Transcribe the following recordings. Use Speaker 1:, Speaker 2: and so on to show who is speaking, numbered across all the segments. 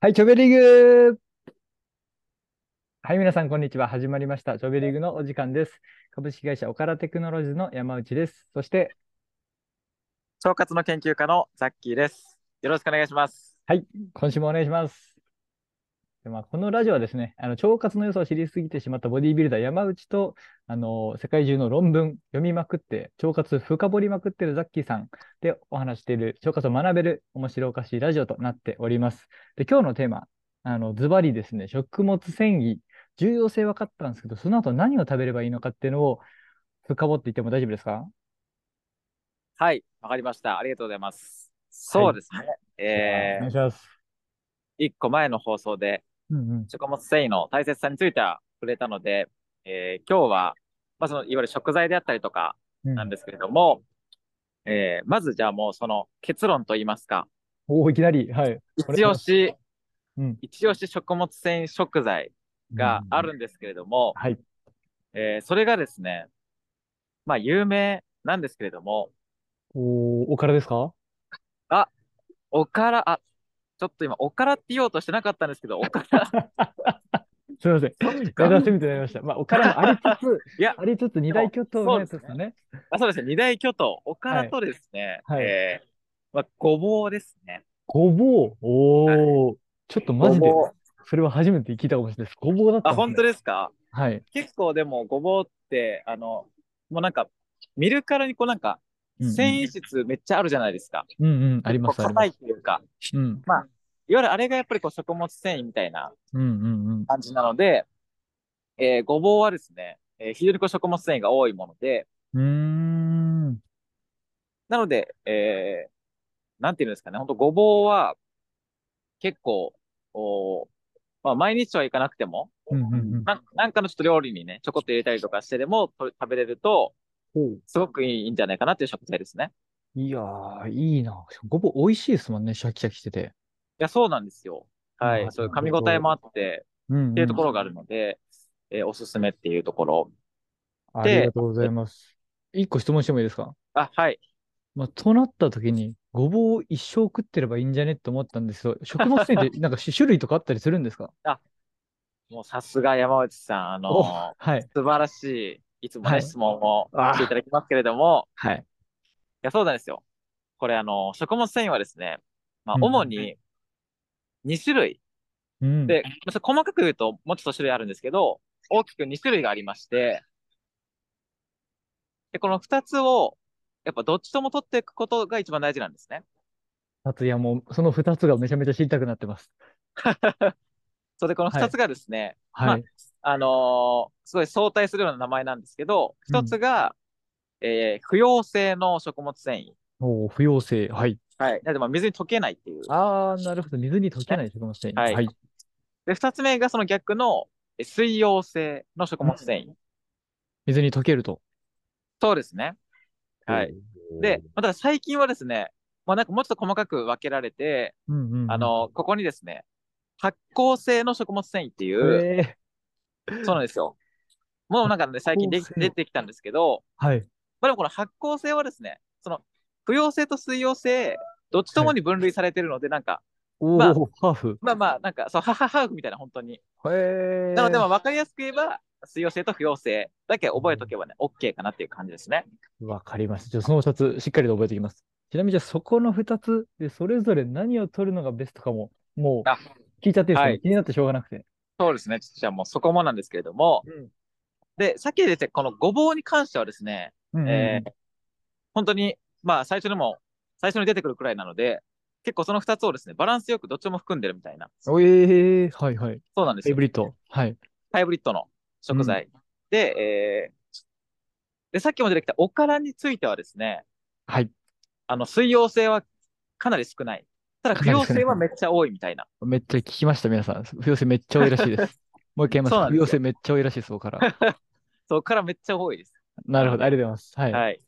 Speaker 1: はい、チョベリグはい、皆さん、こんにちは。始まりました。チョベリグのお時間です。株式会社オカラテクノロジーの山内です。そして、
Speaker 2: 腸活の研究家のザッキーです。よろしくお願いします。
Speaker 1: 今週もお願いします。でまあ、このラジオはですね、あの腸活の良さを知りすぎてしまったボディービルダー山内と、あの世界中の論文読みまくって、腸活深掘りまくってるザッキーさんでお話している、腸活を学べる面白おかしいラジオとなっております。で、今日のテーマ、あのズバリですね、食物繊維、重要性分かったんですけど、その後何を食べればいいのかっていうのを深掘っていっても大丈夫ですか
Speaker 2: はい、わかりました。ありがとうございます。そうですね。え
Speaker 1: お願いします。
Speaker 2: ー、1個前の放送で
Speaker 1: うんうん。
Speaker 2: 食物繊維の大切さについては触れたので、えー今日は、まあ、そのいわゆる食材であったりとか
Speaker 1: うん
Speaker 2: なんですけれども、えーまずじゃあもうその結論といいますか、
Speaker 1: おお、いきなり。はい。これ
Speaker 2: 一押し、
Speaker 1: うん
Speaker 2: 一押し食物繊維食材があ。るんですけれども、
Speaker 1: はい。
Speaker 2: えーそれがですね、まあ有名なんですけれども、
Speaker 1: おーおからですか
Speaker 2: おから、あ、ちょっと今、おからって言おうとしてなかったんですけど、おから、
Speaker 1: すみません。やらせみたいになりました。まあ、おからもありつつ、
Speaker 2: いや
Speaker 1: ありつつ二大巨頭のやつですね。
Speaker 2: あ、そうですね、二大巨頭、おからとですね、
Speaker 1: はいはい
Speaker 2: えーまあ、ごぼうですね。
Speaker 1: ごぼう。おお。ちょっとマジで
Speaker 2: ごぼう、
Speaker 1: それは初めて聞いたかもしれないです。ごぼうだった
Speaker 2: あ、
Speaker 1: んですね
Speaker 2: 本当ですか
Speaker 1: はい。
Speaker 2: 結構でも、ごぼうって、あの、もうなんか、見るからにこうなんか、繊維質めっちゃあるじゃないですか。
Speaker 1: うんうん。うんうん。あります、
Speaker 2: こ
Speaker 1: あ
Speaker 2: う
Speaker 1: りま
Speaker 2: 硬
Speaker 1: す。
Speaker 2: いというか、
Speaker 1: うん。
Speaker 2: いわゆるあれがやっぱりこう食物繊維みたいな
Speaker 1: うんうんうん。
Speaker 2: 感じなので、えーごぼうはですね、えー非常にこう食物繊維が多いもので、
Speaker 1: うーん。
Speaker 2: なので、えー、なんていうんですかね、本当ごぼうは、結構、おーまあ、毎日はいかなくても、
Speaker 1: うんうんうん
Speaker 2: なん、なんかのちょっと料理にね、ちょこっと入れたりとかしてでもと食べれると、すごくいいんじゃないかなっていう食材ですね。
Speaker 1: いやー、いいな。ごぼう美味しいですもんね。シャキシャキしてて。
Speaker 2: いや、そうなんですよ。は
Speaker 1: なるほ
Speaker 2: い。
Speaker 1: ど
Speaker 2: そういう噛み応えもあって、
Speaker 1: うん、うん。
Speaker 2: っていうところがあるので、えーおすすめっていうところ。
Speaker 1: あ
Speaker 2: で
Speaker 1: りがとうございます。一個質問してもいいですか
Speaker 2: あ、はい。
Speaker 1: まあ、となった時に、ごぼうを一生食ってればいいんじゃねって思ったんですけど、食物繊維って なんかし種類とかあったりするんですか
Speaker 2: もうさすが山内さん、あの
Speaker 1: お
Speaker 2: ー
Speaker 1: はい。
Speaker 2: 素晴らしい、いつもね、
Speaker 1: はい
Speaker 2: 質問を
Speaker 1: あー
Speaker 2: していただきますけれども、
Speaker 1: はい。
Speaker 2: いや、そうなんですよ。これ、あの、食物繊維はですね、まあ
Speaker 1: う、ん
Speaker 2: 主に2種類。
Speaker 1: うん。
Speaker 2: で、まあ細かく言うと、もうちょっと種類あるんですけど、大きく2種類がありまして、で、この2つを、やっぱどっちとも取っていくことが一番大事なんですね。
Speaker 1: あと、いや、もう、その二つがめちゃめちゃ知りたくなってます。
Speaker 2: それで、この2つがですね、ま
Speaker 1: はい。
Speaker 2: あのーすごい相対するような名前なんですけど、1つが、えー不溶性の食物繊維。
Speaker 1: おー不溶性。はい。
Speaker 2: はい。なので、まあ、水に溶けないっていう。
Speaker 1: あー、なるほど。水に溶けない食物繊維。
Speaker 2: はい
Speaker 1: はい。
Speaker 2: で、2つ目がその逆の、え水溶性の食物繊維。
Speaker 1: 水に溶けると。
Speaker 2: そうですね。はい。。で、、まあただ最近はですね、まあ、なんかもうちょっと細かく分けられて、
Speaker 1: うんうんうん。
Speaker 2: あ、の、ここにですね、発酵性の食物繊維っていう、
Speaker 1: えー、
Speaker 2: そうなんですよ。もうなんかね、最近で
Speaker 1: 発酵性
Speaker 2: 出てきたんですけど、
Speaker 1: はい。
Speaker 2: まあ、でもこの発酵性はですね、その、不溶性と水溶性、どっちともに分類されてるので、なんか、
Speaker 1: おー、
Speaker 2: まあ
Speaker 1: ハーフ。
Speaker 2: まあまあ、なんか、そう、ハハハーフみたいな、本当に。
Speaker 1: へー。
Speaker 2: なので、まあ、分かりやすく言えば、水溶性と不溶性だけ覚えとけばね、OK かなっていう感じですね。
Speaker 1: わかりました。じゃあその2つ、しっかりと覚えておきます。ちなみに、じゃあそこの2つで、それぞれ何を取るのがベストかも、もう
Speaker 2: あ
Speaker 1: 聞いちゃっていいですかね
Speaker 2: はい
Speaker 1: 気になってしょうがなくて。
Speaker 2: そうですね。ちょっとじゃあもうそこもなんですけれども、で、さっき出て、このごぼうに関してはですね、
Speaker 1: うんうんうん
Speaker 2: えー本当に、まあ最初にも、最初に出てくるくらいなので、結構その2つをですね、バランスよくどっちも含んでるみたいな。
Speaker 1: おえー、はいはい。
Speaker 2: そうなんです
Speaker 1: ハイ
Speaker 2: よ
Speaker 1: ブ。リッド。はい。
Speaker 2: ハイブリッドの食材。で、えーで、さっきも出てきたおからについてはですね、
Speaker 1: はい。
Speaker 2: あの、水溶性はかなり少ない。ただ、
Speaker 1: か
Speaker 2: 不
Speaker 1: なり少ない
Speaker 2: 溶性はめっちゃ多いみたいな。
Speaker 1: めっちゃ聞きました、皆さん。不要性めっちゃ多いらしい です。もう一回言います。
Speaker 2: そうなんです
Speaker 1: 不
Speaker 2: よ
Speaker 1: 要性めっちゃ多いらしいです、お から。
Speaker 2: そう、からめっちゃ多いです。
Speaker 1: なるほど、ありがとうございます。はい。
Speaker 2: はい。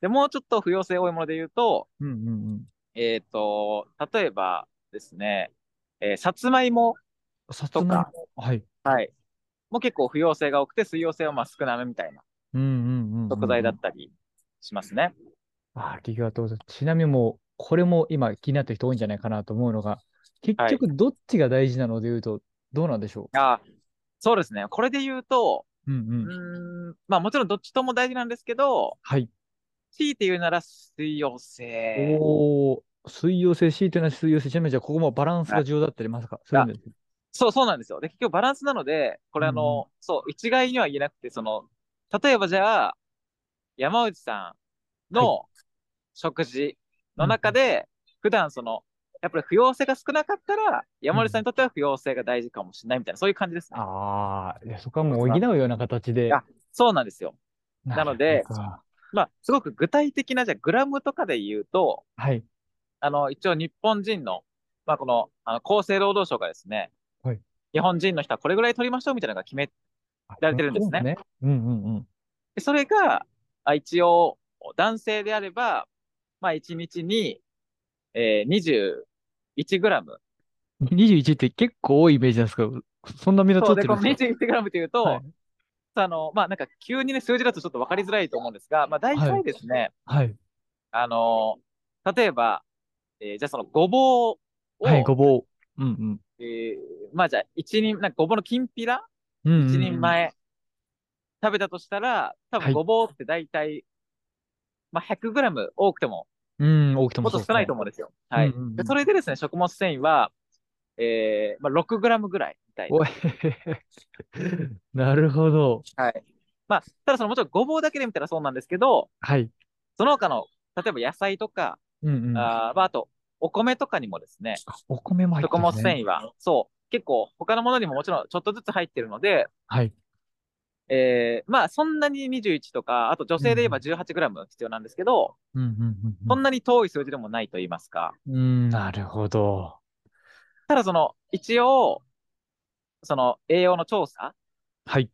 Speaker 2: で、もうちょっと不溶性多いもので言うと、
Speaker 1: うんうんうん。
Speaker 2: えっ、と、例えばですね、えーさつまいも
Speaker 1: さつ
Speaker 2: と
Speaker 1: ま
Speaker 2: か
Speaker 1: い、も。はい。
Speaker 2: はい。もう結構不溶性が多くて、水溶性はまあ少なめみたいな
Speaker 1: うんうんうんうん。
Speaker 2: 食材だったりしますね。
Speaker 1: ありがとうございます。ちなみにもう、これも今気になってる人多いんじゃないかなと思うのが、結
Speaker 2: はい
Speaker 1: 局どっちが大事なので言うと、どうなんでしょ
Speaker 2: あそうですね。これで言うと、
Speaker 1: う。うん
Speaker 2: う
Speaker 1: うん。
Speaker 2: ーん、まあもちろんどっちとも大事なんですけど、
Speaker 1: はい。
Speaker 2: 強いて言うなら水溶性。
Speaker 1: おお、水溶性、C というのは水溶性、ちなみにじゃあここもバランスが重要だったりますか。そういうんです。
Speaker 2: そう、そうなんですよ。で、結局バランスなので、これあ
Speaker 1: うんう
Speaker 2: の、そう、一概には言えなくて、その、例えばじゃあ、山内さんの食事の中で、普段その、やっぱり不溶性が少なかったら、山内さんにとっては不溶性が大事かもしれないみたいな、そういう感じですね。
Speaker 1: ああ、いやそこはもう補うような形で。
Speaker 2: あそうなんですよ。
Speaker 1: なるほ
Speaker 2: ので
Speaker 1: どか
Speaker 2: まあ、すごく具体的な、じゃあグラムとかで言うと、
Speaker 1: はい。
Speaker 2: あの、一応日本人の、まあ、この、あの、厚生労働省がですね、
Speaker 1: はい
Speaker 2: 日本人の人はこれぐらい取りましょうみたいなのが決め、られてるんですね
Speaker 1: そううんうんうん。
Speaker 2: でそれが、あ一応、男性であれば、まあ、1日に、えー、21グラム。
Speaker 1: 21って結構多いイメージなんですけど、そんなみんな
Speaker 2: そう
Speaker 1: 取っ
Speaker 2: で、
Speaker 1: て
Speaker 2: こ
Speaker 1: る
Speaker 2: の
Speaker 1: んですか
Speaker 2: 21グラムというと、
Speaker 1: はい
Speaker 2: あの、まあ、なんか急にね、数字だとちょっと分かりづらいと思うんですが、まあ、大
Speaker 1: はい
Speaker 2: 体ですね、
Speaker 1: はい。
Speaker 2: あの、例えば、えーじゃあそのごぼうを、
Speaker 1: はい、ごぼう。うん
Speaker 2: えーまあ、じゃあ、一人、なんかごぼうのきんぴら
Speaker 1: うん。うんうんうん
Speaker 2: 一人。前食べたとしたら、多
Speaker 1: は
Speaker 2: 分
Speaker 1: い
Speaker 2: ごぼうって大体、まあ、100グラム多くても、
Speaker 1: うん、多くて
Speaker 2: も
Speaker 1: も
Speaker 2: っと
Speaker 1: そう
Speaker 2: 少ないと思うんですよ。はい
Speaker 1: うんうんうん。
Speaker 2: でそれでですね、食物繊維は、えー、まあ、6グラムぐらいみたいな。
Speaker 1: おい なるほど。
Speaker 2: はい。まあ、ただそのもちろんごぼうだけで見たらそうなんですけど、
Speaker 1: はい。
Speaker 2: その他の、例えば野菜とか、
Speaker 1: うんうん。
Speaker 2: あーまあ、あと、お米とかにもですね、
Speaker 1: お米も入って
Speaker 2: 食
Speaker 1: ま
Speaker 2: 物
Speaker 1: すね。
Speaker 2: 繊維は、そう、結構他のものにももちろんちょっとずつ入ってるので、
Speaker 1: はい。
Speaker 2: えー、まあ、そんなに21とか、あと女性で言えば
Speaker 1: う
Speaker 2: 18グラム必要なんですけど、
Speaker 1: うんうんうんうん。
Speaker 2: そんなに遠い数字でもないと言いますか。
Speaker 1: うん、なるほど。
Speaker 2: ただその、一応、その栄養の調査、
Speaker 1: はい。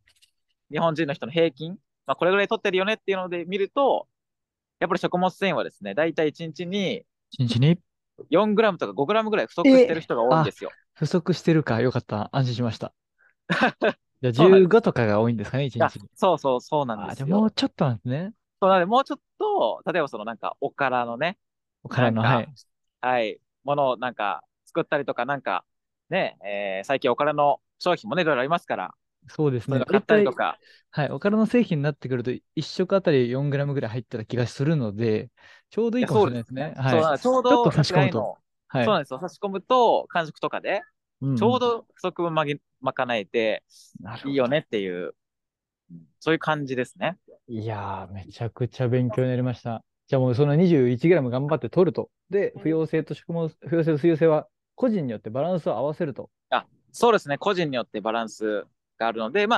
Speaker 2: 日本人の人の平均、まあこれぐらい取ってるよねっていうので見ると、やっぱり食物繊維はですね、だいたい1日に
Speaker 1: 一日に
Speaker 2: 4グラムとか5グラムぐらい不足してる人が多いんですよ。
Speaker 1: 不足してるか、よかった。安心しま した。じゃあ
Speaker 2: そうなん
Speaker 1: 15とかが多いんですかね、一
Speaker 2: いや
Speaker 1: 日に。
Speaker 2: そうそうそうなん
Speaker 1: あ
Speaker 2: で
Speaker 1: ー、じ
Speaker 2: す
Speaker 1: ゃあ
Speaker 2: よ。
Speaker 1: もうちょっとなんですね。
Speaker 2: そうなので、もうちょっと、例えばそのなんかおからのね、
Speaker 1: おからの、
Speaker 2: なんか
Speaker 1: はい。
Speaker 2: はい、ものをなんか作ったりとか、なんかね、えー最近おからの商品もね、いろいろありますから、
Speaker 1: そうです
Speaker 2: そうい
Speaker 1: ね。
Speaker 2: うの買ったりと
Speaker 1: 大体
Speaker 2: か、
Speaker 1: はい。おからの製品になってくると、1食あたり 4g ぐらい入ってた気がするので、ちょうどいいかもしれないですね。
Speaker 2: そうな
Speaker 1: は
Speaker 2: ん
Speaker 1: い。
Speaker 2: ですちょう
Speaker 1: ちょっ
Speaker 2: ど
Speaker 1: と差し込むと
Speaker 2: ぐらいの
Speaker 1: はい。
Speaker 2: そうなんですよ。差し込むと、間食とかで、
Speaker 1: んん
Speaker 2: ちょうど不足分まぎ賄えて、
Speaker 1: なるほど
Speaker 2: いいよねっていう、うんそういう感じですね。
Speaker 1: いやー、めちゃくちゃ勉強になりました。じゃあもうその 21g 頑張って取ると。で、不溶性と食物、不溶性と水溶性は個人によってバランスを合わせると。
Speaker 2: そうですね。個人によってバランスがあるので、ま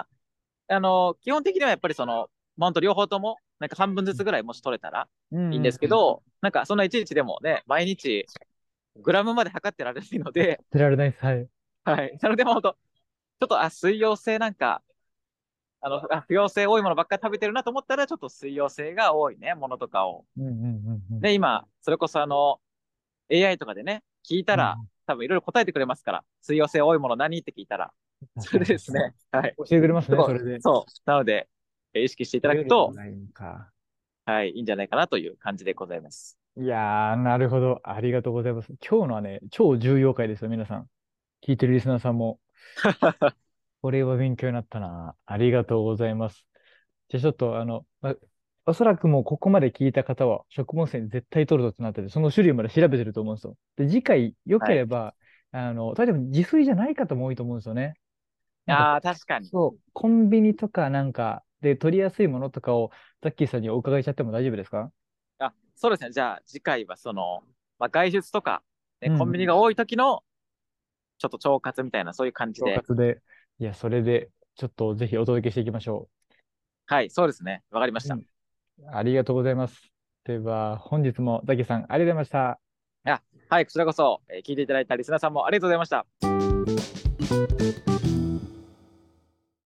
Speaker 2: あ、あの、基本的にはやっぱりその、本当両方とも、なんか半分ずつぐらいもし取れたら
Speaker 1: うん
Speaker 2: いいんですけ。ど、なんかそんないちいちでもね、毎日、グラムまで測ってられないので、
Speaker 1: 捨 てられないです。はい。
Speaker 2: はい。なので、本当ちょっと、あ、水溶性なんか、あの、あ不溶性多いものばっかり食べてるなと思ったら、ちょっと水溶性が多いね、ものとかを。
Speaker 1: うんうんうんうん。
Speaker 2: で、今、それこそあの、AI とかでね、聞いたら、多分いろいろ答えてくれますから、水溶性多いもの何って聞いたら、
Speaker 1: うん、
Speaker 2: それでですね、はい。
Speaker 1: 教えてくれますね、
Speaker 2: そう
Speaker 1: それで。
Speaker 2: そう。なので、えー意識していただくと、
Speaker 1: か
Speaker 2: はい、いいんじゃないかなという感じでございます。
Speaker 1: いやー、なるほど。ありがとうございます。今日のはね、超重要回ですよ、皆さん。聞いてるリスナーさんも。これは勉強になったな。ありがとうございます。じゃあちょっと、あの、まおそらくもうここまで聞いた方は食物繊維絶対取るぞってなってて、その種類まで調べてると思うんですよ。で、次回良ければ、あの、例えば自炊じゃない方も多いと思うんですよね。なんか
Speaker 2: ああ、確かに。
Speaker 1: そう、コンビニとかなんかで取りやすいものとかをザッキーさんにお伺いしちゃっても大丈夫ですか
Speaker 2: あ、そうですね。じゃあ、次回はその、まあ、外出とか、
Speaker 1: うんう
Speaker 2: ね、
Speaker 1: ん
Speaker 2: コンビニが多い時の、ちょっと腸活みたいな、そういう感じ
Speaker 1: 総
Speaker 2: で。
Speaker 1: 括で。いや、それで、ちょっとぜひお届けしていきましょ
Speaker 2: はい、そうですね。わかりました。
Speaker 1: うんう。ありがとうございます。では、本日もザキさん、ありがとうございました。
Speaker 2: はい、こちらこそ、えー聞いていただいたリスナーさんもありがとうございました。